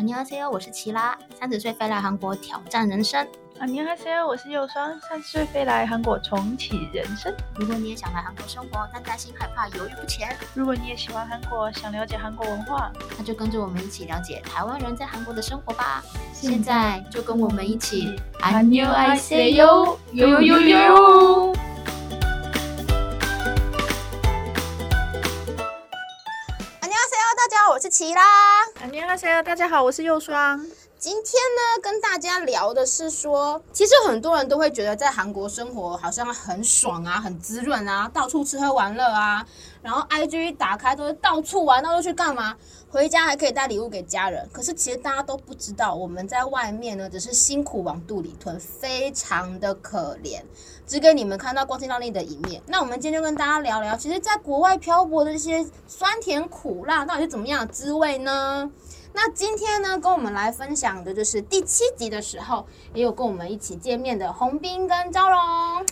你好，C O，我是奇拉，三十岁飞来韩国挑战人生。啊，你好，C O，我是佑双，三十岁飞来韩国重启人生。如果你也想来韩国生活，但担心害怕、犹豫不前，如果你也喜欢韩国，想了解韩国文化，那就跟着我们一起了解台湾人在韩国的生活吧。现在就跟我们一起， 안녕하세 哟 요 哟 요 哟 요 哟 요 。 안녕하세요，大家好，我是齐拉。啊，你好，C O，大家好，我是佑双。今天呢，跟大家聊的是说，其实很多人都会觉得在韩国生活好像很爽啊，很滋润啊，到处吃喝玩乐啊，然后 IG 打开都是到处玩，啊到处去干嘛？回家还可以带礼物给家人。可是其实大家都不知道，我们在外面呢，只是辛苦往肚里吞，非常的可怜，只给你们看到光鲜亮丽的一面。那我们今天就跟大家聊聊，其实在国外漂泊的这些酸甜苦辣到底是怎么样的滋味呢？那今天呢，跟我们来分享的就是第七集的时候，也有跟我们一起见面的洪斌跟昭荣。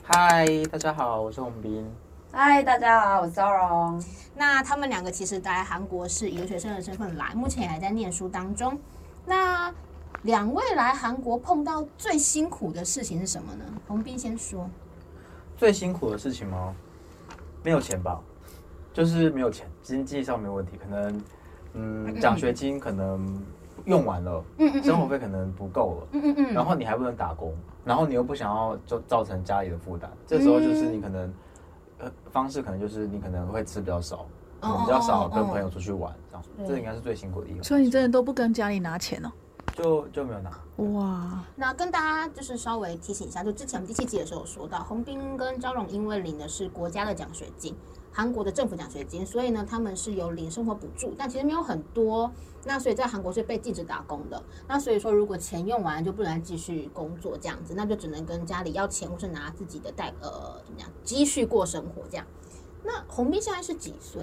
嗨，大家好，我是洪斌。嗨，大家好，我是昭荣。那他们两个其实来韩国是以留学生的身份来，目前也还在念书当中。那两位来韩国碰到最辛苦的事情是什么呢？洪斌先说。最辛苦的事情吗？没有钱吧，就是没有钱，经济上没有问题，可能嗯，奖学金可能用完了，嗯嗯嗯生活费可能不够了，嗯嗯嗯，然后你还不能打工，然后你又不想要就造成家里的负担，这时候就是嗯你可能呃方式可能就是你可能会吃比较少，哦比较少哦哦跟哦朋友出去玩，这样对这应该是最辛苦的一个，所以你真的都不跟家里拿钱哦？就就没有拿。哇，那跟大家就是稍微提醒一下，就之前我们第七集的时候有说到，洪斌跟张荣因为领的是国家的奖学金，韩国的政府奖学金，所以呢他们是有领生活补助，但其实没有很多。那所以在韩国是被禁止打工的。那所以说，如果钱用完就不能再继续工作这样子，那就只能跟家里要钱，或是拿自己的贷呃怎么样积蓄过生活这样。那洪斌现在是几岁？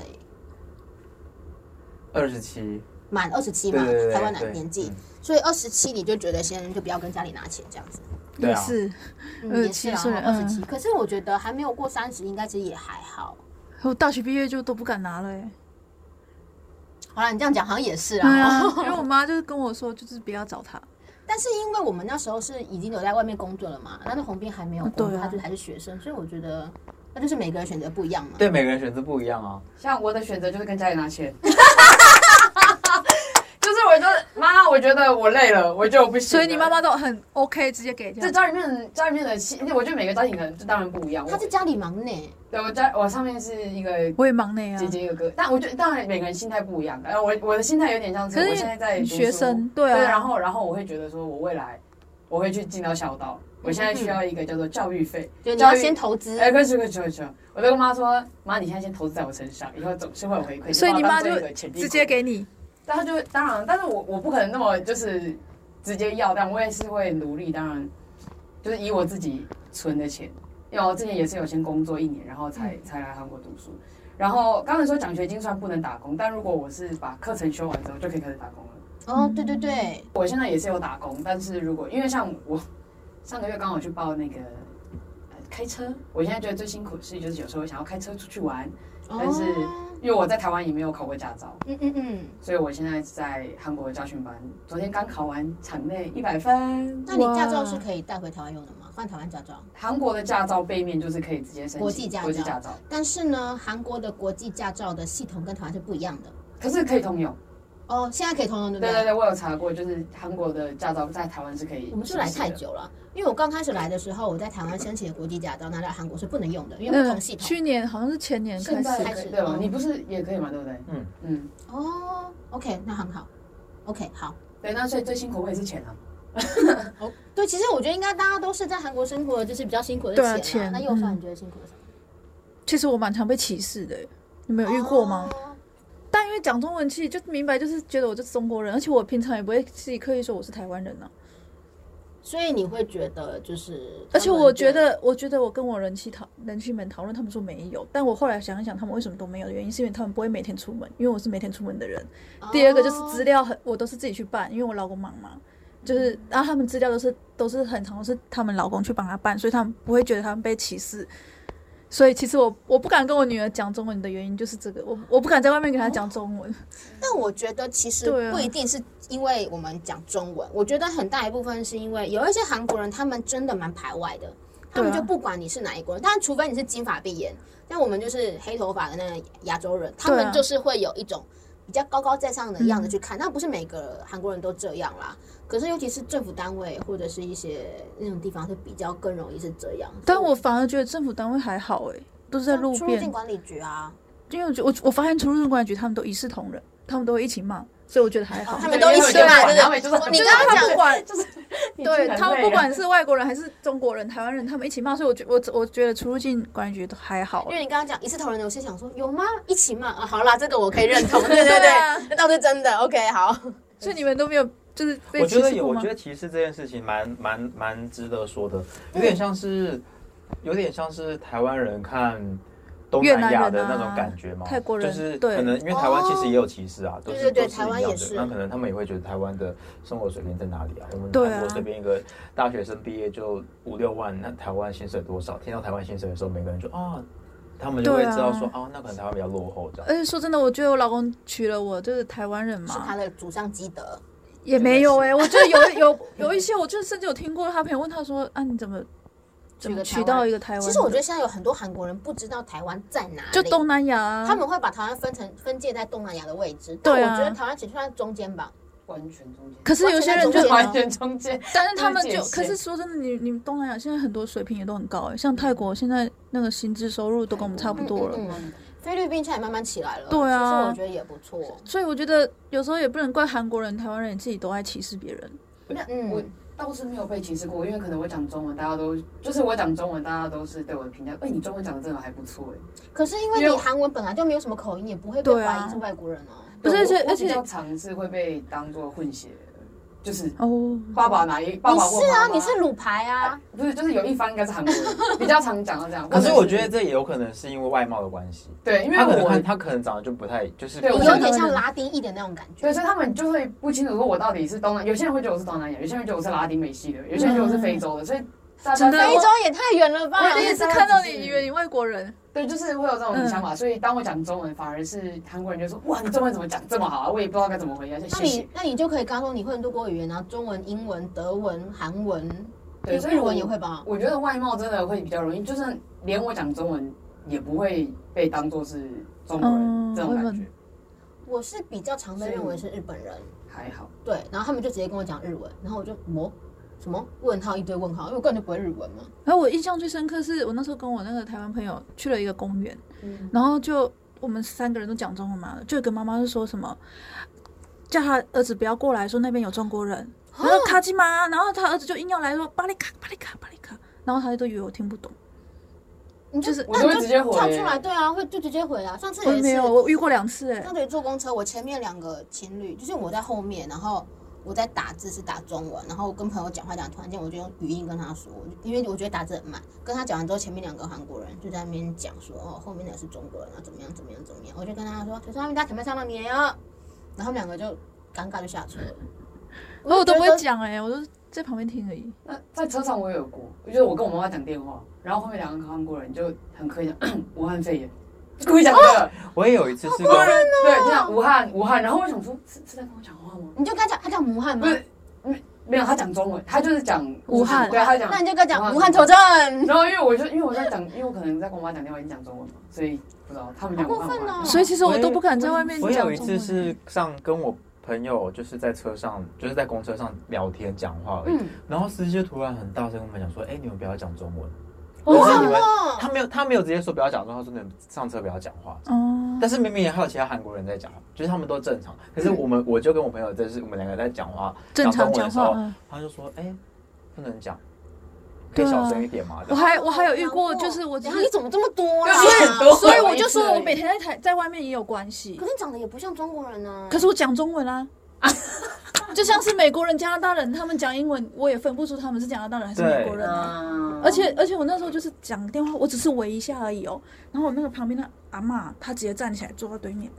二十七，满二十七对嘛对对，，台湾对的年纪嗯，所以二十七你就觉得先就不要跟家里拿钱这样子。对啊，是，嗯，也是27啦，岁二十嗯七。可是我觉得还没有过三十，应该其实也还好。我大学毕业就都不敢拿了哎。好了，你这样讲好像也是对啊啊。，因为我妈就是跟我说，就是不要找他。 但是因为我们那时候是已经有在外面工作了嘛，但是红斌还没有工对作，啊他就还是学生，所以我觉得那就是每个人选择不一样嘛。对每个人选择不一样啊。像我的选择就是跟家里 拿钱，就是我就是妈，我觉得我累了，我就不行所了。以你妈妈都很 OK，直接给这这样。家里面家里面的气，我觉得每个家庭的人就当然不一样。他我在家里忙呢，对我家我上面是一个我也忙内啊姐，姐一个哥，但我觉得当然每个人心态不一样。然后我我的心态有点像是可是我现在在读书学生对啊，对，然后然后我会觉得说我未来我会去进到小岛，我现在嗯需要一个叫做教育费。就你教要育先投资。哎，可以可以可以可以，我就跟妈说，妈，你现在先投资在我身上，以后总是会有回馈。所以你妈就就把我当做一个潜力股直接，给你。但她就当然，但是我我不可能那么就是直接要，但我也是会努力，当然就是以我自己存的钱，因为我之前也是有先工作一年，然后才嗯才来韩国读书。然后刚才说奖学金虽然不能打工，但如果我是把课程修完之后，就可以开始打工了。哦，对对对，我现在也是有打工，但是如果因为像我上个月刚好去报那个、呃开车，我现在觉得最辛苦的事情就是有时候想要开车出去玩，但是哦因为我在台湾也没有考过驾照，嗯嗯嗯，所以我现在在韩国的家训班，昨天刚考完场内一百分。那你驾照哇是可以带回台湾用的吗？换台湾驾照？韩国的驾照背面就是可以直接申请国际驾照国际驾照，但是呢，韩国的国际驾照的系统跟台湾是不一样的。可是可以通用。哦，现在可以通用，对不对对对，我有查过，就是韩国的驾照在台湾是可以。我们是来太。久了，因为我刚开始来的时候，我在台湾申请的国际驾照拿到韩国是不能用的，因为不同系嗯统。去年好像是前年开现在始可以对嗯吧？你不是也可以嘛，对不对？嗯嗯，哦，OK，那很好。OK，好。对，那所以最辛苦我也是钱啊。哦，对，其实我觉得应该大家都是在韩国生活，就是比较辛苦的对啊是钱钱啊。那右嗯算你觉得辛苦的是什么？其实我蛮常被歧视的，欸你们有遇过吗？哦？但因为讲中文，其实就明白，就是觉得我就是中国人，而且我平常也不会自己刻意说我是台湾人啊。所以你会觉得就是，而且我觉，得，我觉得我跟我人气讨人气们讨论，他们说没有，但我后来想一想，他们为什么都没有的原因，是因为他们不会每天出门，因为我是每天出门的人。哦第二个就是资料，料很，我都是自己去办，因为我老公忙嘛，就是然后他们资料都是都是很常是他们老公去帮他办，所以他们不会觉得他们被歧视。所以其实我我不敢跟我女儿讲中文的原因就是这个，我我不敢在外面跟她讲中文。但我觉得其实对啊不一定是因为我们讲中文，我觉得很大一部分是因为有一些韩国人他们真的蛮排外的，他们对啊就不管你是哪一国人，但除非你是金发碧眼，但我们就是黑头发的那个亚洲人，他对们啊就是会有一种比较高高在上的样子嗯去看，但不是每个韩国人都这样啦。可是，尤其是政府单位或者是一些那种地方，是比较更容易是这样。但我反而觉得政府单位还好诶、都是在路出入边境，管理局啊，因为我觉我我发现出入境管理局他们都一视同仁，他们都会一起骂，所以我觉得还哦好。哦他们 都一起骂对不对他们就是你就是刚刚他讲不管就是对他们不管是是外国人还是中国人、台湾人，他们一起骂，所以我觉我我觉得出入境管理局都还好因欸。为你刚刚讲一视同仁的，我是想说有吗？一起嘛？啊，好啦，这个我可以认同，对对对啊对，那倒是真的。OK，好，所以你们都没有就是被我歧觉得视有，过我吗觉？得歧视这件事情蛮蛮蛮值得说的，有点像是，有点像是台湾人看东越南南亚人的那种啊感觉嘛，泰国人就是对可能因为台湾其实也有歧视啊，都是对对对都是台湾一样也的是那可能他们也会觉得台湾的生活水平在哪里啊？我们对韩国啊随便一个大学生毕业就五六万，那台湾薪水多少？听到台湾薪水的时候，每个人就啊，他们就会对啊知道说啊，那可能台湾比较落后这样。而且说真的，我觉得我老公娶了我就是台湾人是他嘛，的祖上积德。也没有哎、我觉得有有有一些，我就甚至有听过他朋友问他说啊，你怎么怎么娶娶个台湾到一个台湾人？其实我觉得现在有很多韩国人不知道台湾在哪里，就东南亚啊，他们会把台湾分成分界在东南亚的位置，但对我啊觉得台湾只算中间吧。完全中间，可是有些人就对完全中间，但是他们就是就，界可限是说真的，你你们东南亚现在很多水平也都很高、欸，像泰国现在那个薪资收入都跟我们差不多了，嗯嗯菲律宾现在也慢慢起来了，对啊其实我觉得也不错。所以我觉得有时候也不能怪韩国人、台湾人自己都爱歧视别人。我嗯，倒是没有被歧视过，因为可能我讲中文，大家都就是我讲中文，大家都是对我的评价，哎，你中文讲的真的还不错哎。可是因为因你为韩文本来就没有什么口音，也不会被对怀啊疑是外国人哦。不是而且我而且我比较常是会被当做混血，就是哦，爸爸哪一爸你爸或是啊，妈妈你是鲁牌啊，不是就是有一方应该是韩国人，比较常讲到这 样。可是或我者觉得这也有可能是因为外貌的关系，对，因为他可能看我他可能长得就不太就是对不我是有觉点得像拉丁裔的那种感觉。对，所以他们就会不清楚说我到底是东南，有些人会觉得我是东南亚，有些人觉得我是拉丁美系的，有些人觉得我是非洲的，所以大家真的在非洲也太远了吧？啊我我第一也是次看到你以为你外国人，对，就是会有这种想法。嗯所以当我讲中文，反而是韩国人就说哇，你中文怎么讲这么好啊？我也不知道该怎么回答，就那谢谢你。那你就可以刚说你会很多国语言啊，中文、英文、德文、韩文，对，所以日我文也会吧？我觉得外貌真的会比较容易，就是连我讲中文也不会被当做是中国人、嗯这种感觉，我是比较常被认为是日本人，还好。对，然后他们就直接跟我讲日文，然后我就么什么问号一堆问号，因为我根本就不会日文嘛。然后我印象最深刻是我那时候跟我那个台湾朋友去了一个公园，嗯然后就我们三个人都讲中文嘛，就有个妈妈就说什么，叫他儿子不要过来，说那边有中国人，然后卡基玛，然后他儿子就硬要来说巴里卡巴里卡巴里卡，然后他就以为我听不懂，你就就是我就会那直接回跳出来，对啊，会就直接回啊。上次我也没是有，，我遇过两次哎、上次坐公车，我前面两个情侣，就是我在后面，然后我在打字是打中文，然后我跟朋友讲话讲，突然间我就用语音跟他说，我就因为我觉得打字很慢，跟他讲完之后，前面两个韩国人就在那边讲说，哦，后面的是中国人啊，怎么样怎么样怎么样，我就跟他说，就说他们家前面上面也有，然后他们两个就尴尬就下车了。然后我都不觉会得讲哎、我都在旁边听而已。那在车上我也有过，就是我跟我妈妈讲电话，然后后面两个韩国人就很刻意讲 武汉肺炎，故意讲这哦个，我也有一次是跟对，就讲武汉武汉，然后我想说是是在跟我讲话吗？你就跟他讲，他讲武汉吗不？是，没没有，他讲中文，他就是讲武汉对，啊他讲那你就跟他讲武汉头头。哦阵。然后因为我就因为我在讲，因为我可能在跟我妈讲电话，已经讲中文嘛，所以不知道他们讲武汉好过分哦话。所以其实我我也都不敢在外面我讲中有文。欸一次是上跟我朋友，就是在车上，就是在公车上聊天讲话而已。嗯，然后司机就突然很大声跟我们讲说：“哎、你们不要讲中文。”我可是忘你们了他没有，他没有直接说不要讲中文，他说你们上车不要讲话。哦，但是明明也还有其他韩国人在讲，就是他们都正常。可是我们，我就跟我朋友，就是我们两个在讲话，嗯正常中文讲的时话。候嗯他就说：“哎、不能讲，可对以啊小声一点嘛。这我样还我还有遇过，就是我只然后你是，怎么这么多啊对啊你啦很？多所以 我就欸说我每天在台在外面也有关系可。是你长得也不像中国人呢。可是我讲中文啊， 就像是美国人、加拿大人，他们讲英文，我也分不出他们是加拿大人还是美国人啊。哦嗯而且而且我那时候就是讲电话，我只是围一下而已哦。然后我那个旁边的阿嬷，她直接站起来嗯坐到对面，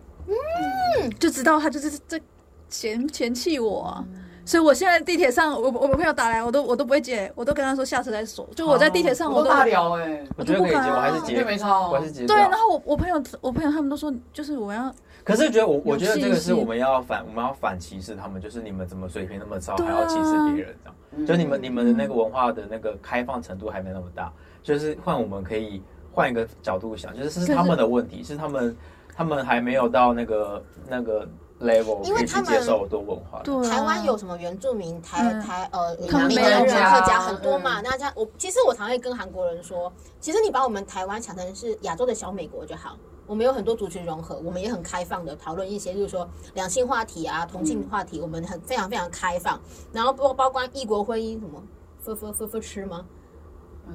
就知道她就是在嫌嫌弃我啊。所以我现在地铁上，我我朋友打来，我都我都不会接，我都跟他说下车再说。就我在地铁上，哦我我都都大聊哎，我我就觉不得可以敢接，我还啊是那接，没差我还哦是。接。对。啊然后我我朋友我朋友他们都说，就是我要可是觉得我，我觉得有这个信是心我们要反，我们要反歧视他们，就是你们怎么水平那么差，对还啊要歧视别人这样。嗯就你们你们的那个文化的那个开放程度还没那么大，就是换我们可以换一个角度想，就是可是是他们的问题，是他们他们还没有到那个那个 level 因为可以去他们接受多文化的。对啊台湾有什么原住民、台嗯台呃他们南闽南没有啊人、嗯家客家很多嘛。那家我其实我常会跟韩国人说，其实你把我们台湾想成是亚洲的小美国就好。我们有很多族群融合，我们也很开放的讨论一些，就是说两性话题啊、同嗯性话题，我们很非常非常开放。然后包包括异国婚姻什么，分分分分吃吗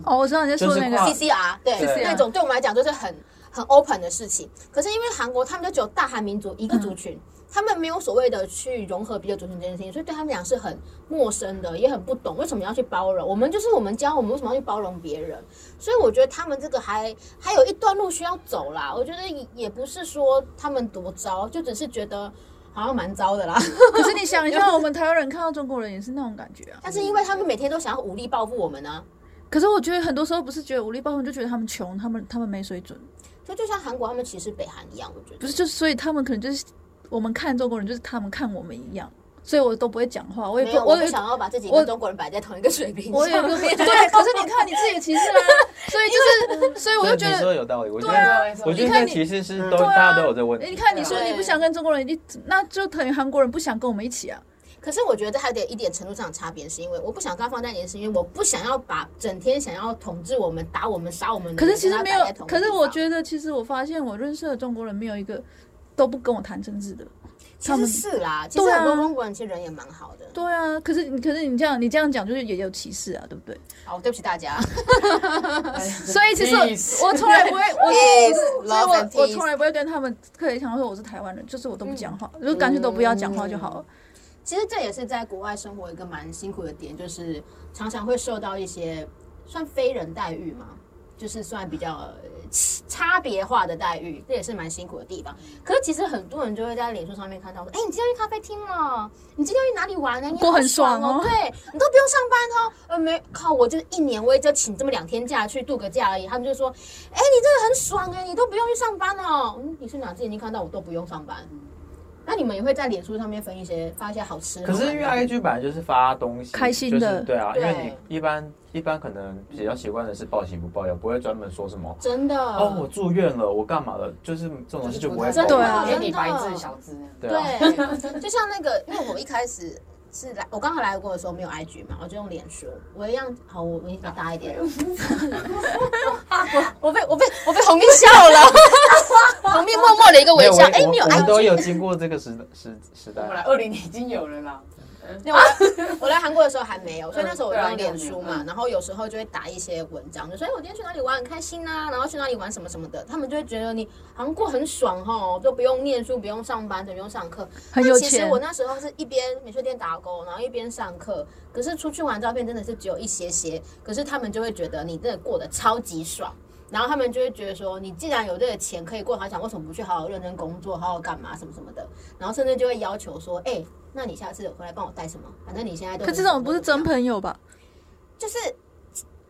哦，我知道你在说那就是跨个， ？CCR 对对那种对我们来讲就是很很 open 的事情。可是因为韩国他们就只有大韩民族一个族群，他们没有所谓的去融合别的族群这件事情，所以对他们俩是很陌生的，也很不懂为什么要去包容。我们就是我们教我们为什么要去包容别人，所以我觉得他们这个还还有一段路需要走啦。我觉得也也不是说他们多糟，就只是觉得好像蛮糟的啦。可是你想一下，我们台湾人看到中国人也是那种感觉啊。但是因为他们每天都想要武力报复我们啊呢、可是我觉得很多时候不是觉得武力报复，就觉得他们穷，他们他们没水准，就就像韩国他们歧视北韩一样，我觉不得是就是所以他们可能就是我们看中国人，就是他们看我们一样，所以我都不会讲话，我也没不有，我我不也想要把自己我跟中国人摆在同一个水平上。我也 不对，可是你看你自己的歧视啊，所以就是所以我就觉对你得。说的有道理，我觉对啊得没错我没觉错得你看这你其实是嗯都对啊大家都有这个问题你。看，你说对你不想跟中国人一，那就等于韩国人不想跟我们一起啊。 可是我觉得还有一点程度上的差别，是因为我不想跟他放在一起，是因为我不想要把整天想要统治我们、打我们、杀我们的可人是其实跟没他有摆在同，一可个地是方我觉得其实我发现我认识的中国人没有一个都不跟我谈政治的。其实是啦，其实对啊很多中国人其实人也蛮好的。对啊，可是你可是你这样你这样讲就是也有歧视啊，对不对？好，对不起大家。所以其实 Peace 我我从来不会， 我 Peace, 所以 love and 我我 peace 从来不会跟他们刻意强说我是台湾人，就是我嗯都不讲话，就干脆都不要讲话就好了。其实这也是在国外生活一个蛮辛苦的点，就是常常会受到一些算非人待遇嘛，就是算比较呃差差别化的待遇，这也是蛮辛苦的地方。可是其实很多人就会在脸书上面看到说，哎、你今天去咖啡厅了，你今天去哪里玩呢？你过好很爽哦，哦对你都不用上班哦。呃，没靠，我就是一年我也就请这么两天假去度个假而已。他们就说，哎、你真的很爽哎、你都不用去上班哦。嗯，你是哪只眼睛看到我都不用上班？那你们也会在脸书上面分一些发一些好吃的可吗。是因为 IG 本来就是发东西，开心就的是对啊，因为对你一般一般可能比较习惯的是报喜不报忧，不会专门说什么真的哦我住院了，我干嘛了，就是这种东西就不会真报的对啊给你白字小字那样。对啊，对， 就像那个，因为我一开始是来，我刚好来过的时候没有 IG 嘛，我就用脸书，我一样好，我我比较大一点， 我我被我被我被红面笑了，红面默默的一个没微有我笑，哎，我你有我们 IG？都有经过这个时时时我们来代，二零已经有了啦，对，我来我来韩国的时候还没有，所以那时候我对啊用脸书嘛嗯，然后有时候就会打一些文章，就说哎，我今天去哪里玩很开心啊，然后去哪里玩什么什么的，他们就会觉得你韩国很爽哦，都不用念书，不用上班，都不用上课，很但有其实钱我那时候是一边免税店打工，然后一边上课。可是出去玩照片真的是只有一些些，可是他们就会觉得你真的过得超级爽。然后他们就会觉得说，你既然有这个钱可以过好想为什么不去好好认真工作，好好干嘛什么什么的？然后甚至就会要求说，哎、那你下次回来帮我带什么？反正你现在都可这种不是真朋友吧？啊就是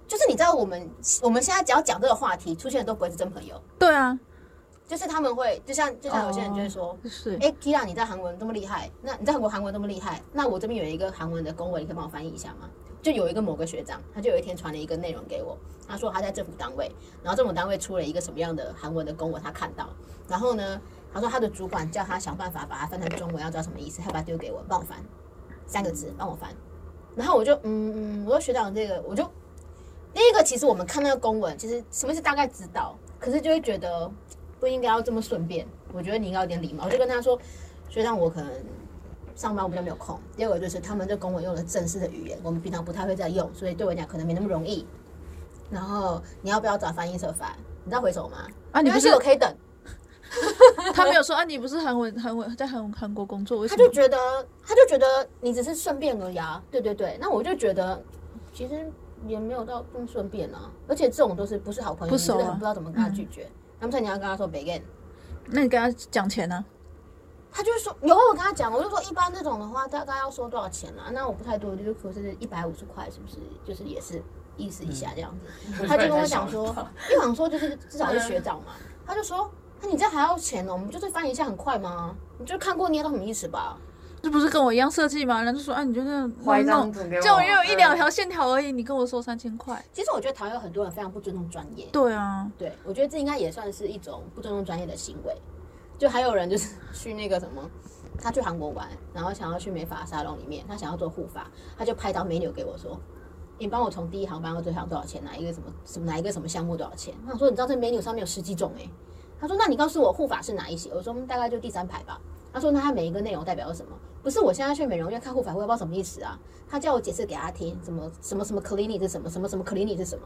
就是你知道我们我们现在只要讲这个话题，出现的都不会是真朋友，对啊，就是他们会就像就像有些人就会说，就是哎、k i r a 你在韩文这么厉害，那你在韩国韩文这么厉害，那我这边有一个韩文的公文，你可以帮我翻译一下吗？就有一个某个学长，他就有一天传了一个内容给我，他说他在政府单位，然后政府单位出了一个什么样的韩文的公文，他看到，然后呢，他说他的主管叫他想办法把它翻成中文，要知道什么意思，他把它丢给我，帮我翻三个字，帮我翻，然后我就嗯嗯，我说学长这个，我就第一个其实我们看那个公文，其实什么是大概知道，可是就会觉得不应该要这么顺便，我觉得你应该有点礼貌，我就跟他说。所以让我可能上班我比较没有空。第二个就是他们对公文用了正式的语言，我们平常不太会再用，所以对我来讲可能没那么容易。然后你要不要找翻译社翻？你知道回手吗？啊，你没不关是系我可以等。他没有说啊，你不是韩文韩文在韩韩国工作，为什他么就？觉得他就觉得你只是顺便而已啊，对对对。那我就觉得其实也没有到这么顺便啊，而且这种都是不是好朋友，不你真熟的啊很不知道怎么跟他拒绝。那么所以你要跟他说 begin，那你跟他讲钱呢？他就说有我跟他讲，我就说一般这种的话大概要收多少钱啊？那我不太多，就是可是一百五十块，是不是？就是也是意思一下这样嗯子。他就跟我讲说，因为我想说就是至少是学长嘛，他就说那你这还要钱哦？我们就是翻一下很快吗？你就看过捏到什么意思吧？这不是跟我一样设计吗？人家就说啊，你就那样画一张弄，图给我，嗯就也有一两条线条而已，你跟我说三千块，其实我觉得台湾有很多人非常不尊重专业，对啊，对我觉得这应该也算是一种不尊重专业的行为。就还有人就是 去那个什么，他去韩国玩，然后想要去美发沙龙里面，他想要做护发，他就拍到 menu 给我说。你帮我从第一行搬到最行多少钱？哪一个什么什么哪一个什么项目多少钱？我想说，你知道这 menu 上面有十几种诶、他说，那你告诉我护发是哪一些？我说、嗯大概就第三排吧。他说，那它每一个内容代表什么？不是我现在去美容院看护发会，我也不知道什么意思啊。他叫我解释给他听，什么什么什么 clinic 是什么，什么什么 clinic 是什么。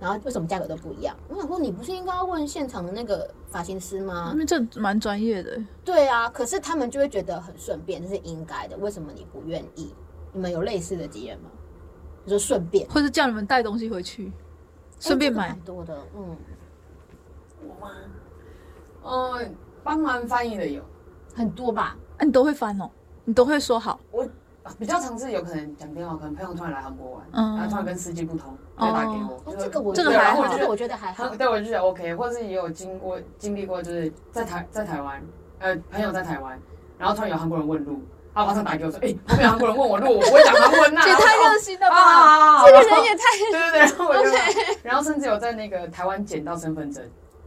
然后为什么价格都不一样？我想说，你不是应该要问现场的那个发型师吗因？为这蛮专业的，对啊，可是他们就会觉得很顺便，这是应该的。为什么你不愿意？你们有类似的经验吗？你说顺便，或是叫你们带东西回去，顺便哎买这个蛮多的，嗯，我吗？嗯，帮忙翻译的有，很多吧。啊，你都会翻哦，你都会说好，比较常是有可能讲电话，可能朋友突然来韩国玩，嗯然后突然跟司机不通，就打给我。哦就，这个我这个觉得还好这个我觉得还好他。对我就觉得 OK，或者是也有经过经历过，就是在台在台湾，呃，朋友在台湾，然后突然有韩国人问路，他马上打给我说，哎、后面有韩国人问我路，我不会讲韩 文呐、这也太哦热心了啊吧！啊！啊这个人也太……对对对，然后我就，然后甚至有在那个台湾捡到身份证，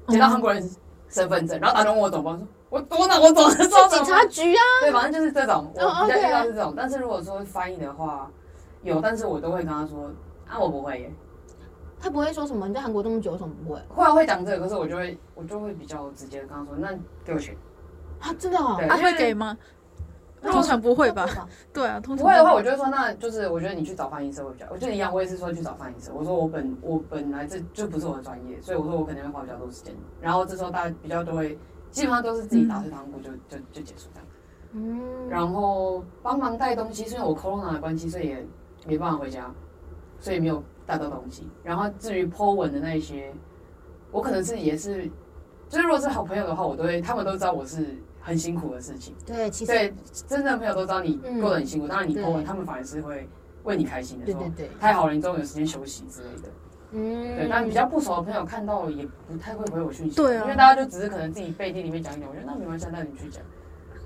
捡到韩国人身份证，然后打电话问我走吗？我说我我哪我走的时候是警察局啊，对，反正就是这种，我哦比 OK 较遇到是这种。但是如果说翻译的话，有，但是我都会跟他说啊，我不会耶，他不会说什么你在韩国这么久，为什么不会会啊会讲这个，可是我就会我就会比较直接的跟他说，那给我钱。啊？真的哦，对，啊，因为会给吗？如通果常不会吧？吧？对啊，通不常会的话，我就会说，那就是我觉得你去找翻译社会比较，我就一样，我也是说去找翻译社。我说我本我本来这就不是我的专业，所以我说我可能会花比较多时间。然后这时候大家比较多会，基本上都是自己打碎糖果就就就结束这样。嗯，然后帮忙带东西，是因为我 corona 的关系，所以也没办法回家，所以没有带到东西。然后至于 po 文的那一些，我可能是也是，就是如果是好朋友的话，我都会，他们都知道我是很辛苦的事情。对，其实对，真正的朋友都知道你过得很辛苦，当然你 po 文，对他们反而是会为你开心的对说，对对，太好了，你终于有时间休息之类的。嗯，对，但比较不熟的朋友看到也不太会回我讯息，对啊因为大家就只是可能自己背地里面讲一讲，我觉得那没关系，那你去讲，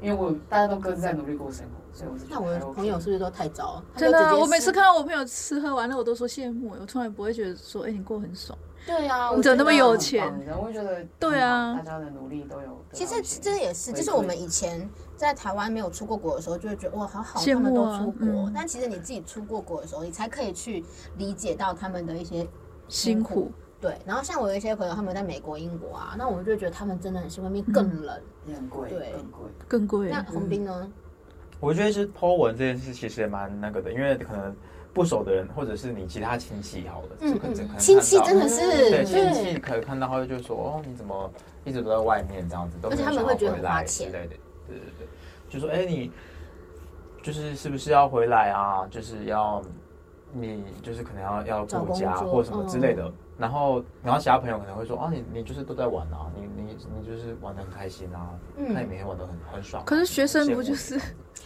因为我大家都各自在努力过生活，所以我是觉得那我还的 OK 朋友是不是都太糟？他就真的直啊，接我每是次看到我朋友吃喝玩乐，我都说羡慕，我从来不会觉得说，哎，你过得很爽。对啊，你我怎么那觉么得有很钱棒，然后我觉得对啊很好大家的努力都有。其实这也是，回就是馈我们以前在台湾没有出过国的时候，就会觉得哇，好好，羡他们都慕啊出国。嗯但其实你自己出过国的时候，你才可以去理解到他们的一些辛苦苦，对。然后像我有一些朋友，他们在美国、英国啊，那我就觉得他们真的很辛苦，那边嗯更冷。也很贵，对更贵。更贵那。红兵呢？我觉得是 Po 文这件事其实也蛮那个的，因为可能不熟的人，或者是你其他亲戚好了，嗯就可能可能看到嗯亲戚真的是对亲戚可能看到他就说哦你怎么一直都在外面这样子，都没有而且他想们要会觉得回很花来之钱类的，对对对，就说哎你就是是不是要回来啊？就是要你就是可能要要找顾工家作嗯或什么之类的。然后，然后其他朋友可能会说，哦，你你就是都在玩啊，你你你就是玩的很开心啊，嗯那你每天玩的很很爽啊、可是学生很羡不慕就你是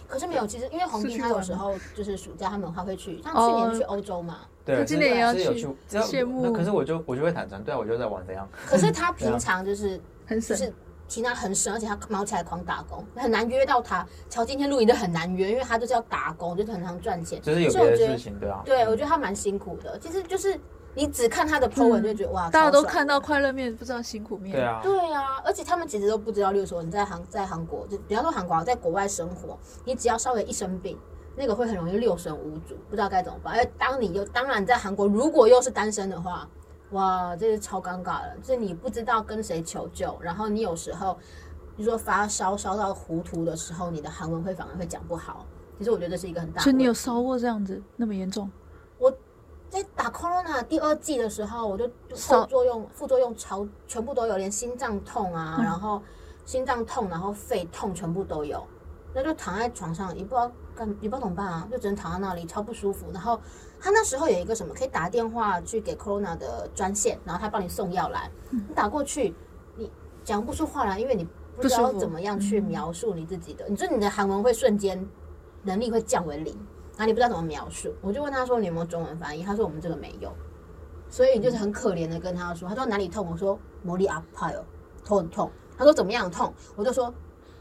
可是没有，其实因为红出兵去他有玩时吗候就是暑假他们还会去，像去哦年去欧洲 嘛。对，他可今是年也要是有去去，只要羡慕那可是我就我就会坦诚，对啊，我就在玩怎样，可是他对平啊常就是很就省？是其他很省，而且他毛起来狂打工，很难约到他。乔今天录影都很难约，因为他就是要打工，就是很常赚钱。就是有所以别我的觉得事情，对啊。对，我觉得他蛮辛苦的。其实就是你只看他的 po 文嗯就觉得、哇，大家都超爽看到。快乐面，不知道辛苦面。对，啊，对啊，而且他们其实都不知道，例如说你在韩在韩国，就比方说韩国啊在国外生活，你只要稍微一生病，那个会很容易六神无主，不知道该怎么办。而哎当你又当然你在韩国，如果又是单身的话，哇，这是超尴尬了，就是你不知道跟谁求救，然后你有时候比如说发烧烧到糊涂的时候，你的韩文会反而会讲不好。其实我觉得这是一个很大的问题。所以你有烧过这样子那么严重？在打 corona 第二季的时候，我就手副作用副作用超全部都有，连心脏痛啊，然后心脏痛，然后肺痛全部都有，那就躺在床上也不知道干也不知道怎么办啊，就只能躺在那里超不舒服。然后他那时候有一个什么可以打电话去给 corona 的专线，然后他帮你送药来，你打过去你讲不出话来，因为你不不知道舒服怎么样去描述你自己的，你说你的韩文会瞬间能力会降为零，然后你不知道怎么描述，我就问他说你有没有中文翻译，他说我们这个没有，所以就是很可怜的跟他说，他说哪里痛，我说魔力阿派哦，头很痛，他说怎么样痛，我就说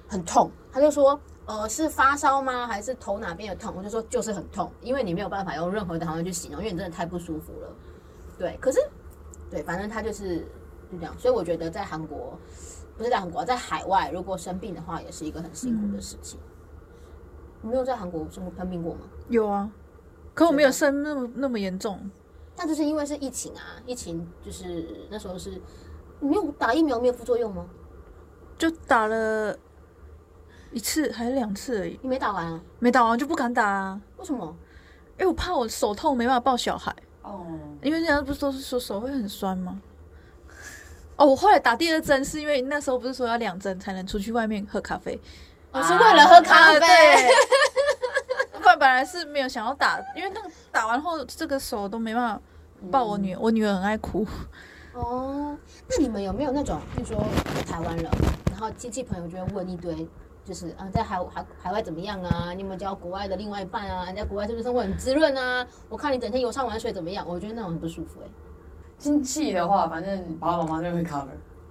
很痛，他就说呃是发烧吗，还是头哪边有痛，我就说就是很痛，因为你没有办法用任何的行为去形容，因为你真的太不舒服了，对，可是对，反正他就是就这样，所以我觉得在韩国。不是在韩国，啊在海外如果生病的话，也是一个很辛苦的事情。你没有在韩国生活生病过吗？有啊，可我没有生那么那么严重，但就是因为是疫情啊，疫情就是那时候是你没有打疫苗没有副作用吗？就打了一次还是两次而已，你没打完啊？没打完就不敢打啊，为什么？因为我怕我手痛没办法抱小孩，哦，因为人家不是都是说手会很酸吗？哦，我后来打第二针是因为那时候不是说要两针才能出去外面喝咖啡，我哦是为了喝咖啊啡。对， 不然本来是没有想要打，因为那个打完后这个手都没办法抱我嗯女儿，我女儿很爱哭。哦，那你们有没有那种，比如说台湾人，然后亲戚朋友就会问一堆，就是啊，在海海海外怎么样啊？你有没有交国外的另外一半啊？人家国外是不是生活很滋润啊？我看你整天游山玩水怎么样？我觉得那种很不舒服哎、亲戚的话，反正爸爸妈妈就会 cover，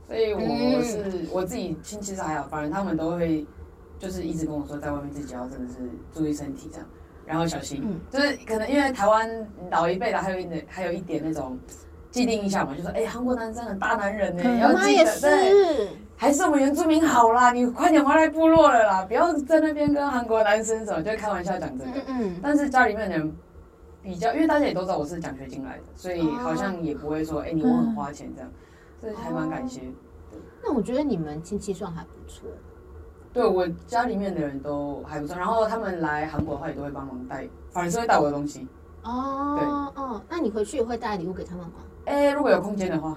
所以我嗯我是我自己亲戚是还好，反正他们都会就是一直跟我说，在外面自己要真的是注意身体这样，然后小心，嗯就是可能因为台湾老一辈的还有一点还有一点那种。既定印象嘛，就说哎，韩、国男生很大男人呢、嗯要我记妈得也对，是。还是我们原住民好啦，你快点回来部落了啦，不要在那边跟韩国男生什么，就开玩笑讲这个。嗯嗯，但是家里面的人比较，因为大家也都知道我是奖学金来的，所以好像也不会说，哎、你我很花钱这样，所以还蛮感谢。那我觉得你们亲戚算还不错。对我家里面的人都还不错，然后他们来韩国的话也都会帮忙带，反正是会带我的东西。哦哦，那你回去也会带礼物给他们吗？ 哎、如果有空间的话，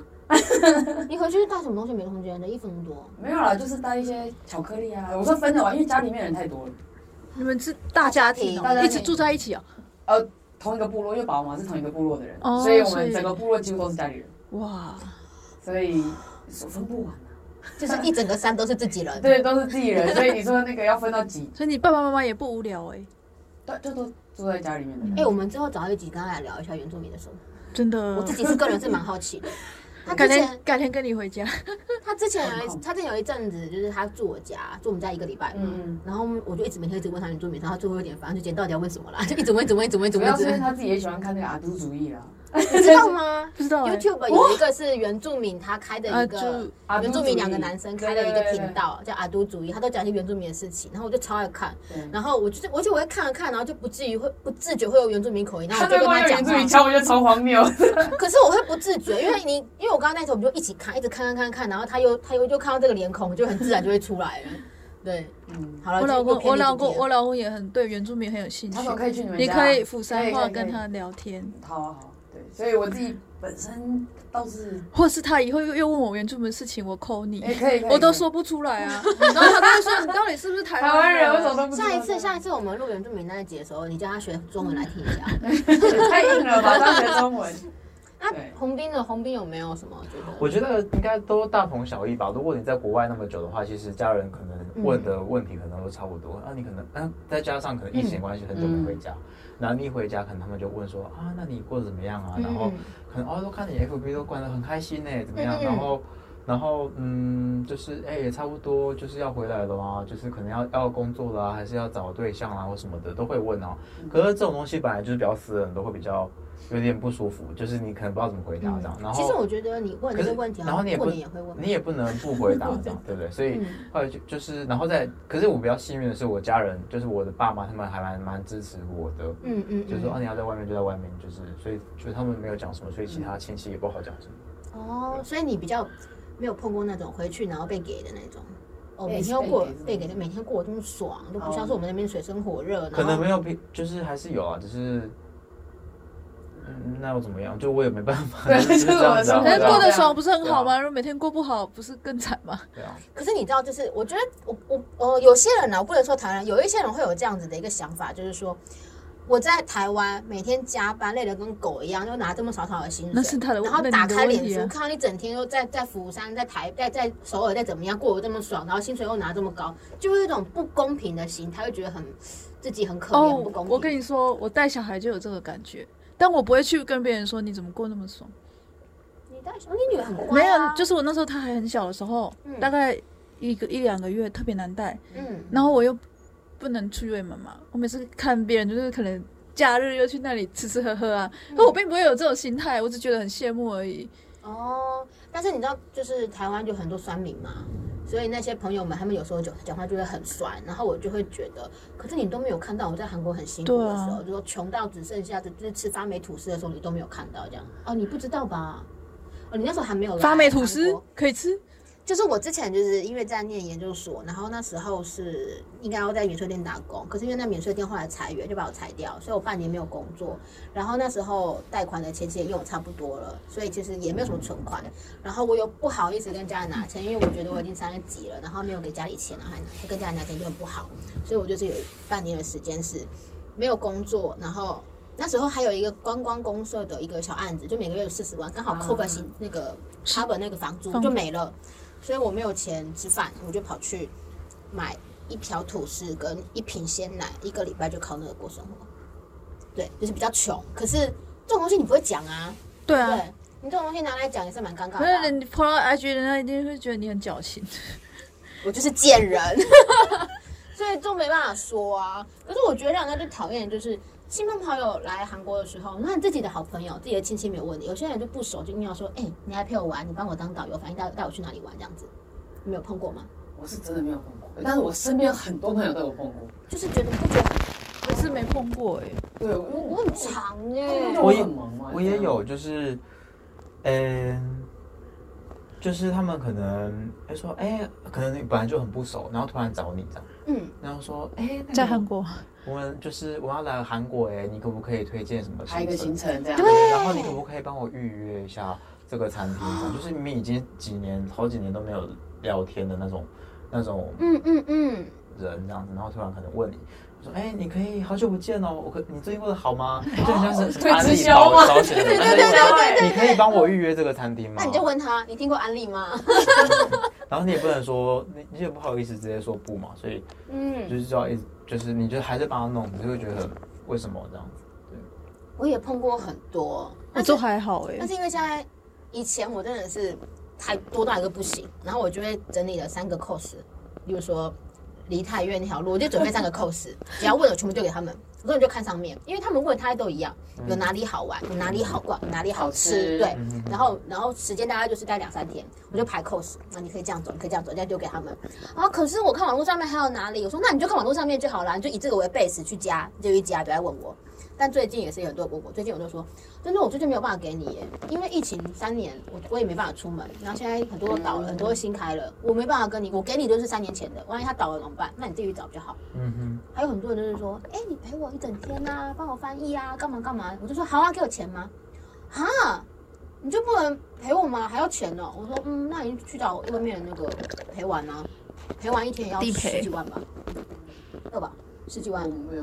你回去带什么东西没空间的？衣服那么多，没有啦，就是带一些巧克力啊。我说分的话，因为家里面人太多了，你们是大家庭大家哦，庭一起住在一起哦。呃同一个部落，因为爸爸妈妈是同一个部落的人，哦所以我所们以整个部落几乎都是家里人，哇，所以手分不完。啊就是一整个山都是自己人。 对，都是自己人，所以你说那个要分到几，所以你爸爸妈妈也不无聊哎、对，就都住在家里面的人。哎、我们之后找一集跟他来聊一下原住民的生活。真的。我自己是个人是蛮好奇的。他改之天前改天跟你回家，他之前有很一好他之前有一阵子就是他住我家，住我们家一个礼拜嘛。嗯，然后我就一直每天一直问哎他原住民，然后最后有点烦，就今天到底要问什么啦，就 一直问，一直问，一直问，一直主问，要一直是因为嗯问。他自己也喜欢看那个阿都主义啊啦，你知道吗 不知道、欸。哦？YouTube 有一个是原住民他开的啊，一个就阿都原主住义民两个男生开了一个频，道叫阿都主义，他都讲一些原住民的事情，然后我就超爱看，对对对对然后我就是，而且我会看了看，然后就不至于会不自觉会有原住民口音，然后我他就对跟光他有讲原住民话。腔，我觉得超荒谬。可是我会不自觉，因为你因为我刚刚那时候我们就一起看，一直看看看看，然后他又他又又看到这个脸孔，我就很自然就会出来了。对，嗯，好了，我老这公，个又我偏离老主题公，了我老公也很对原住民很有兴趣他。说可以去你们家，你可以釜山可话以可以跟他聊天，好啊好，对，所以我自己本身倒是或是他以后又又问我原住民的事情，我扣你。哎也哎可以，可以我都说不出来 啊。然后他就会说：“你到底是不是台台湾人，人？啊为什么都不知道下一次下一次我们录原住民那一集的时候，你叫他学中文来听一啊下。 太硬了吧？他学 中文，那对红兵的红兵有没有什么觉得？我觉得应该都大同小异吧。如果你在国外那么久的话，其实家人可能问嗯的问题可能都差不多。那、你可能，那、再加上可能疫情关系很久没回家，嗯然后你一回家，可能他们就问说啊，那你过得怎么样啊？然嗯后可能哦，都看你 FB 都管得很开心呢，怎么样？嗯嗯然后。然后，嗯，就是，哎、也差不多，就是要回来了啊，就是可能要要工作啦、还是要找对象啊啦、或什么的，都会问哦、嗯可是这种东西本来就是比较私人，都会比较有点不舒服，就是你可能不知道怎么回答这样。然嗯后，其实我觉得你问这可个是问题，然后你也不过年也会问。你也不能不回答 这样，对不对？所以嗯后来就就是，然后再，可是我比较幸运的是，我家人就是我的爸妈，他们还蛮蛮支持我的，嗯嗯，就是说啊，嗯你要在外面就在外面，就是所以就是他们没有讲什么，所以其嗯他亲戚也不好讲什么。哦，所以你比较没有碰过那种回去然后被给的那种。哦，哎每天要过被被给给的，的每天过得这么爽，都不哦像是我们那边水深火热。可能没有。有比，就是还是有啊，只是。嗯，那又怎么样？就我也没办法，对 就是这样子啊就是我的生活哎对啊过得爽不是很啊好吗？如果每天过不好，不是更惨吗？对啊，可是你知道，就是我觉得我我呃，有些人呢、啊，我不能说台湾人，有一些人会有这样子的一个想法，就是说。我在台湾每天加班，累得跟狗一样，就拿这么少少的薪水，那是他的然后那你打的开问脸题书，啊看到你整天又在在釜山、在台、在在首尔、在怎么样过得这么爽，然后薪水又拿这么高，就会有一种不公平的心，他会觉得很自己很可怜、哦不公，平。我跟你说，我带小孩就有这个感觉，但我不会去跟别人说你怎么过那么爽。你带小，你女儿很乖、啊，没有，就是我那时候他还很小的时候，嗯大概一个一两个月，特别难带。嗯，然后我又不能出远门嘛，我每次看别人就是可能假日又去那里吃吃喝喝啊，可我并不会有这种心态，我只觉得很羡慕而已。哦，但是你知道，就是台湾就很多酸民嘛，所以那些朋友们他们有时候讲讲话就会很酸，然后我就会觉得，可是你都没有看到我在韩国很辛苦的时对候，啊就说穷到只剩下就是吃发霉吐司的时候，你都没有看到这样。哦，你不知道吧？哦，你那时候还没有来发霉吐韩司国可以吃，就是我之前就是因为在念研究所，然后那时候是应该要在免税店打工，可是因为那免税店后来裁员，就把我裁掉，所以我半年没有工作。然后那时候贷款的钱其实也用得差不多了，所以其实也没有什么存款。然后我又不好意思跟家里拿钱，因为我觉得我已经三十几了，然后没有给家里钱，然后还拿跟家里拿钱就很不好。所以我就是有半年的时间是没有工作，然后。那时候还有一个观光公社的一个小案子，就每个月有四十万，刚好扣个薪、那个 cover 那个房租房就租没了。所以我没有钱吃饭，我就跑去买一瓢吐司跟一瓶鲜奶，一个礼拜就靠那个过生活。对，就是比较穷，可是这种东西你不会讲啊，对对啊。你这种东西拿来讲也是蛮尴尬可是的啊、人跑到 IG，人家一定会觉得你很矫情。我就是贱人， 所以就没办法说啊。可是我觉得让人家最讨厌的就是。亲朋好友来韩国的时候，那你自己的好朋友、自己的亲戚没有问你，有些人就不熟，就硬要说：“哎、你来陪我玩，你帮我当导游，反正带带我去哪里玩这样子。”你没有碰过吗？我是真的没有碰过，但是我身边很多朋友都有碰过。就是觉得不觉得我是没碰过哎、对，因为我很欸长耶、我我也也忙嘛，我也有，就是，嗯，就是他们可能会说，哎、可能你本来就很不熟，然后突然找你这样，嗯，然后说，哎、那在个韩国，我们就是我要来韩国、哎，你可不可以推荐什么排一个行行程？程这样。对然后你可不可以帮我预约一下这个餐厅？这样，就是明明已经几年、好几年都没有聊天的那种、那种嗯嗯嗯，人这样子，然后突然可能问你，我说，哎、你可以好久不见哦，我可你最近过得好吗？就很像是哦推安直利销保吗保险的对那对种对对你可以帮我预约这个餐厅吗？那你就问他，你听过安利吗？然后你也不能说，你你也不好意思直接说不嘛，所以嗯，就是要一直就是你就还是帮他弄，你就会觉得为什么这样子？我也碰过很多，我但都是还好哎、但是因为现在以前我真的是太多到一个不行，然后我就会整理了三个 cos，例如说梨泰院那条路，我就准备三个 cos，只要问我全部丢给他们，我说你就看上面，因为他们问的他都一样，有哪里好玩，有哪里好逛，有哪里好嗯好吃，吃嗯对，然后然后时间大概就是待两三天，我就排 cos，那你可以这样走，你可以这样走，这样丢给他们。啊，可是我看网络上面还有哪里，我说那你就看网络上面就好了，你就以这个为 base 去加，就一加，不要来问我。但最近也是有很多人问我，最近我就说，真的我最近没有办法给你耶，因为疫情三年，我我也没办法出门，然后现在很多都倒嗯了，很多都新开了，我没办法跟你，我给你都是三年前的，万一他倒了怎么办？那你自己找比较好。嗯哼，还有很多人就是说，哎、你陪我一整天呐、帮我翻译啊，干嘛干嘛？我就说好啊，给我钱吗？哈，你就不能陪我吗？还要钱哦？我说嗯，那你去找外面的那个陪玩啊，陪玩一天也要地陪十几万吧，要吧，十几我万，嗯没有，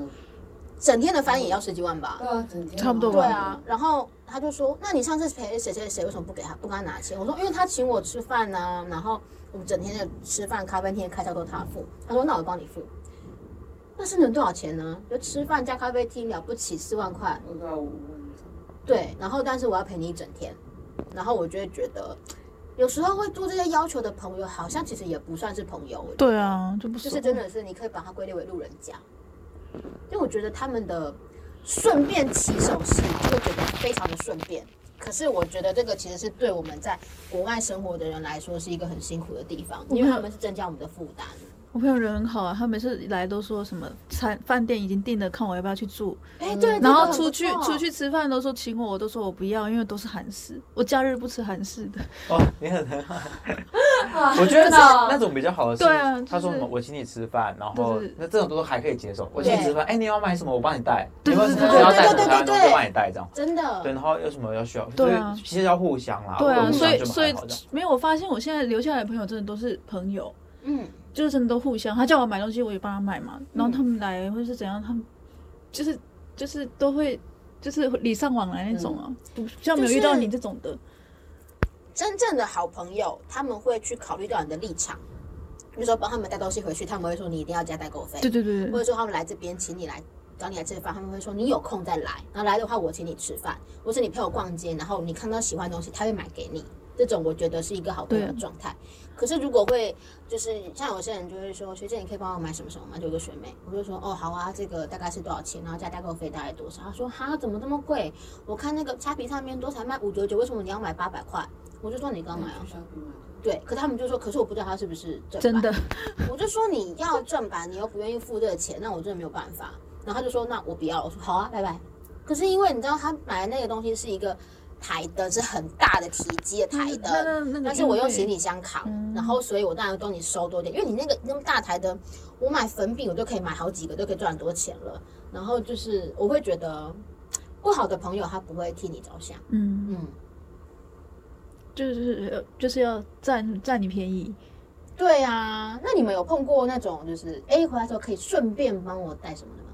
整天的翻译也要十几万吧对。啊，整天差不多对啊，然后他就说：“那你上次陪谁谁谁，为什么不给他不跟他拿钱？”我说：“因为他请我吃饭呐、然后我们整天的吃饭、咖啡厅的开销都他付。”他说：“那我帮你付。”那是能多少钱呢？就吃饭加咖啡厅了不起四万块，我对啊，我对。然后但是我要陪你一整天，然后我就会觉得，有时候会做这些要求的朋友，好像其实也不算是朋友。我觉得对啊，就不就熟是真的是你可以把它归类为路人甲，因为我觉得他们的顺便起手式，我觉得非常的顺便。可是我觉得这个其实是对我们在国外生活的人来说是一个很辛苦的地方，因为他们是增加我们的负担。我朋友人很好啊，他每次来都说什么餐饭店已经订了，看我要不要去住。哎，对，嗯然后出去出去吃饭都说请我，我都说我不要，因为都是韩式，我假日不吃韩式的。哦，你很 很好，啊我觉得真的哦那那种比较好的是，对啊就是他说什么我请你吃饭，然后就是那这种都还可以接受，我请你吃饭，哎，你要买什么我帮你带，对你要对只对要带什对么对餐对我就帮你带这样。真对，的，然后有什么要需要，对啊就是其实要互相啦，对啊，互所相以就所以蛮好这样没有，我发现我现在留下来的朋友真的都是朋友，嗯，就是真的都互相。他叫我买东西，我也帮他买嘛。然后他们来或者是怎样，他们就是就是都会就是礼尚往来那种啊，不像没有就是遇到你这种的。真正的好朋友，他们会去考虑到你的立场，比如说帮他们带东西回去，他们会说你一定要加代购费，对对对或对，者说他们来这边请你来找你来吃饭，他们会说你有空再来，然后来的话我请你吃饭，或是你陪我逛街，然后你看到喜欢的东西他会买给你，这种我觉得是一个好朋友的对啊状态。可是如果会就是像有些人就会说学姐你可以帮我买什么什么吗？就有个学妹，我就说哦好啊，这个大概是多少钱，然后加代购费大概多少？她说哈怎么这么贵？我看那个虾皮上面都才卖五九九，为什么你要买八百块？我就说你刚买啊，对，可他们就说，可是我不知道它是不是正真版的，我就说你要正版，你又不愿意付这个钱，那我真的没有办法。然后他就说那我不要，我说好啊，拜拜。可是因为你知道他买的那个东西是一个台灯，是很大的体积的台灯，嗯那那那个但是我用运费行李箱扛，嗯然后所以我当然帮你收多点，因为你那个那么大台的，我买粉饼我就可以买好几个，就可以赚很多钱了。然后就是我会觉得不好的朋友他不会替你着想，嗯，嗯，就是呃就是要占占你便宜。对啊。那你们有碰过那种就是哎回来之后可以顺便帮我带什么的吗？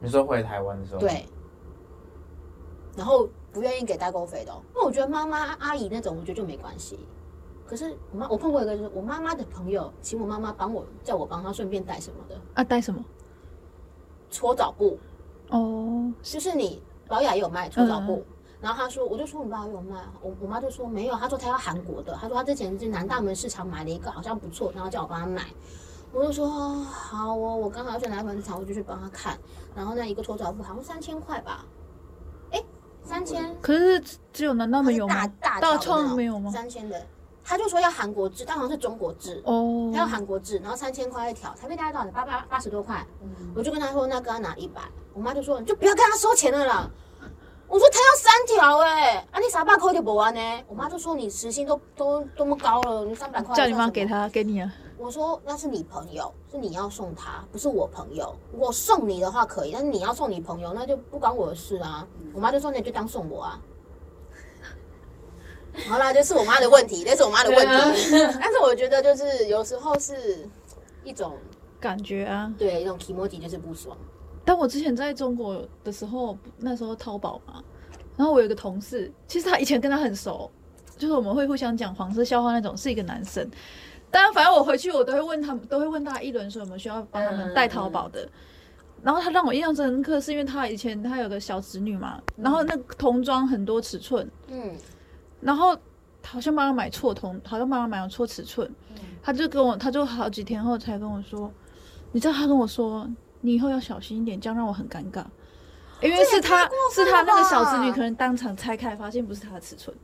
你说回台湾的时候，，对，然后不愿意给代购费的、哦，那我觉得妈妈阿姨那种，我觉得就没关系。可是我妈，我碰过一个，就是我妈妈的朋友，请我妈妈帮我，叫我帮她顺便带什么的，啊，带什么？搓澡布，哦，就是你保雅也有卖搓澡布。然后她说，我就说我爸也有卖，啊我我妈就说没有，啊她说她要韩国的，她说她之前是南大门市场买了一个，好像不错，然后叫我帮她买。我就说好哦，我刚好要去南大门市场，我就去帮她看。然后那一个搓澡布好像三千块吧，哎，三千可是只有南大门有它吗是？大大大条的那创种没有吗？三千的，他就说要韩国制，但好像是中国制，哦，他要韩国制，然后三千块一条，台币大概多少钱？八八八十多块。我就跟他说，那跟他拿一百。我妈就说，你就不要跟他收钱了啦。我说他要三条哎、啊你傻爸扣就不完呢？欸我妈就说你时薪都都多么高了，你三百块叫还你妈算什给么。他，给你啊。我说那是你朋友，是你要送他，不是我朋友。我送你的话可以，但是你要送你朋友，那就不关我的事啊。嗯我妈就说那你就当送我啊。 好啦，这是我妈的问 题，这是我妈的问题。啊 但是我觉得就是有时候是一种感觉啊，对一种 e m o j i 就是不爽。但我之前在中国的时候，那时候淘宝嘛，然后我有一个同事，其实他以前跟他很熟，就是我们会互相讲黄色笑话那种，是一个男生。当然，反正我回去我都会问他们，都会问他一轮，说有没有需要帮他们带淘宝的。然后他让我印象深刻，是因为他以前他有个小侄女嘛，然后那个童装很多尺寸，嗯，然后好像帮他买错同，好像帮他买错尺寸，他就跟我，他就好几天后才跟我说，你知道他跟我说，你以后要小心一点，这样让我很尴尬，因为是他是他那个小侄女，可能当场拆开发现不是他的尺寸，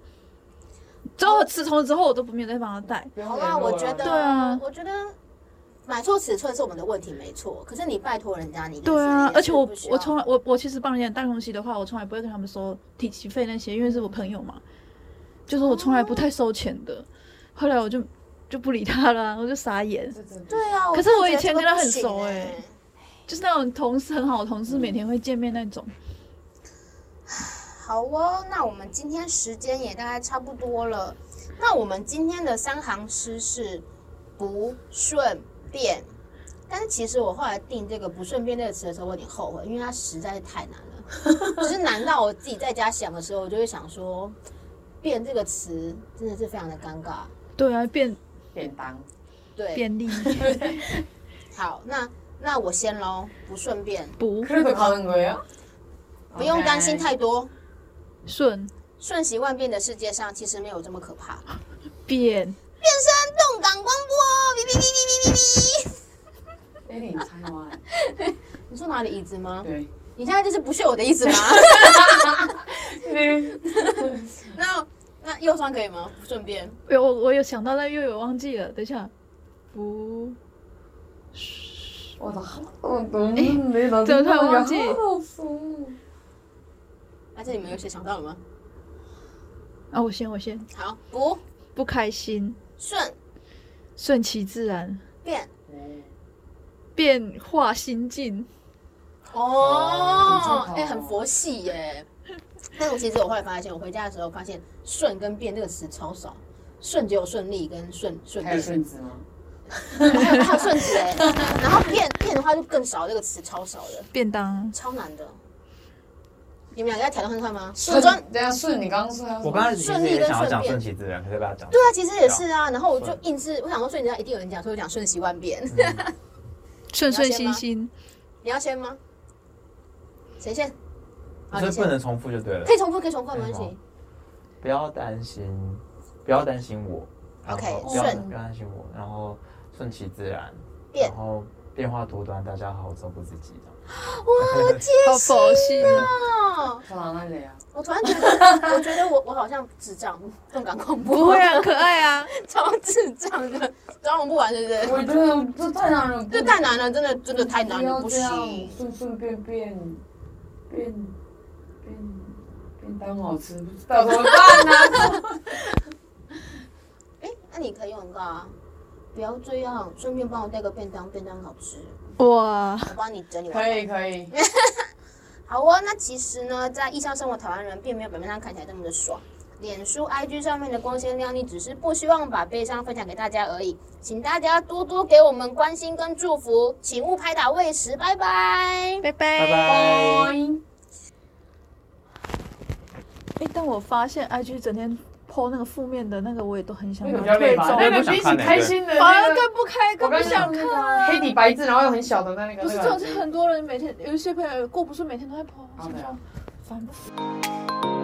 之后吃从此之后我都不没有再帮他戴，好啦，我觉得，对啊我觉得。买错尺寸是我们的问题，没错。可是你拜托人家，你对啊，而且我我从从来我我其实帮人家带东西的话，我从来不会跟他们收提起费那些，因为是我朋友嘛，就是我从来不太收钱的，后来我就就不理他了啊，我就傻眼。对啊，可是真的我觉以得前这个跟他不很行熟欸欸就是那种同事很好的同事，每天会见面那种。好哦，那我们今天时间也大概差不多了。那我们今天的三行诗是不顺便，但是其实我后来定这个“不顺便”这个词的时候，我有点后悔，因为它实在是太难了， 就是难到我自己在家想的时候，我就会想说，“变”这个词真的是非常的尴尬。对啊，便便当，对，便利好，那那我先喽，不顺便，不这个考很贵啊，不用担心太多，顺瞬息万变的世界上其实没有这么可怕。便动感光波，哔哔哔哔哔哔哔。哎，你猜吗？你说哪里椅子吗？对，你现在就是不屑我的意思吗？ 那那右双可以吗？不顺便，有我我有想到，但又有忘记了。等一下，不我的好，我都没脑怎么突然忘记好服。而且你们有谁想到了吗？啊，我先我先好，不不开心，顺顺其自然，便。变化心境。哦哦，哎、很佛系耶、 但我其实我后来发现，我回家的时候发现“顺”跟“变”这个词超少，“顺”只有顺利跟顺顺还有利，顺子吗？ 还有还有顺子哎、然后“变”变的话就更少，这个词超少的，便当超难的。你们两个要挑战看看吗？我专等一下顺你刚刚说要我刚开始其实也想要讲顺其自然，可是把它讲对对啊，其实也是啊。然后我就硬是，我想说，所以你知道一定有人讲，所以我讲瞬息万变。顺顺心心，你要先吗？谁先？好，所你以不先。能重复就对了可。以重复，可以重复，没关可以系。不要担心，不要担心我。然后 OK，不要顺不要担心我，然后顺其自然，变然后变化多端，大家好好照顾自己。这样好佛系啊！哦，哇，那里啊，我突然觉得，我觉得我我好像智障，动感恐不怖会，啊，可爱啊！ 超智障的，装我不玩是不是？我觉得这太难了，这太难了，真的真的太难不了，要不这样行。顺顺便便便便便当好吃，不知道怎么办呢？哎，那你可以用很高啊。不要这样，顺便帮我带个便当，便当好吃，哇，我帮你整理完。可以可以，好哦，那其实呢，在异乡生活，台湾人并没有表面上看起来这么的爽。脸书、IG 上面的光鲜亮丽，只是不希望把悲伤分享给大家而已。请大家多多给我们关心跟祝福，请勿拍打喂食，拜拜。拜拜拜。拜。哎，但我发现 IG 整天 po 那个负面的那个，我也都很想那个把它比较累退吧？走，那个比起开心的反那而个，更不开，我更刚不刚讲想那看个啊。黑底白字，然后又很小的那个，不是，那这个种是很多人每天有一些朋友过不是每天都在 po，啊是不对是啊？烦不烦？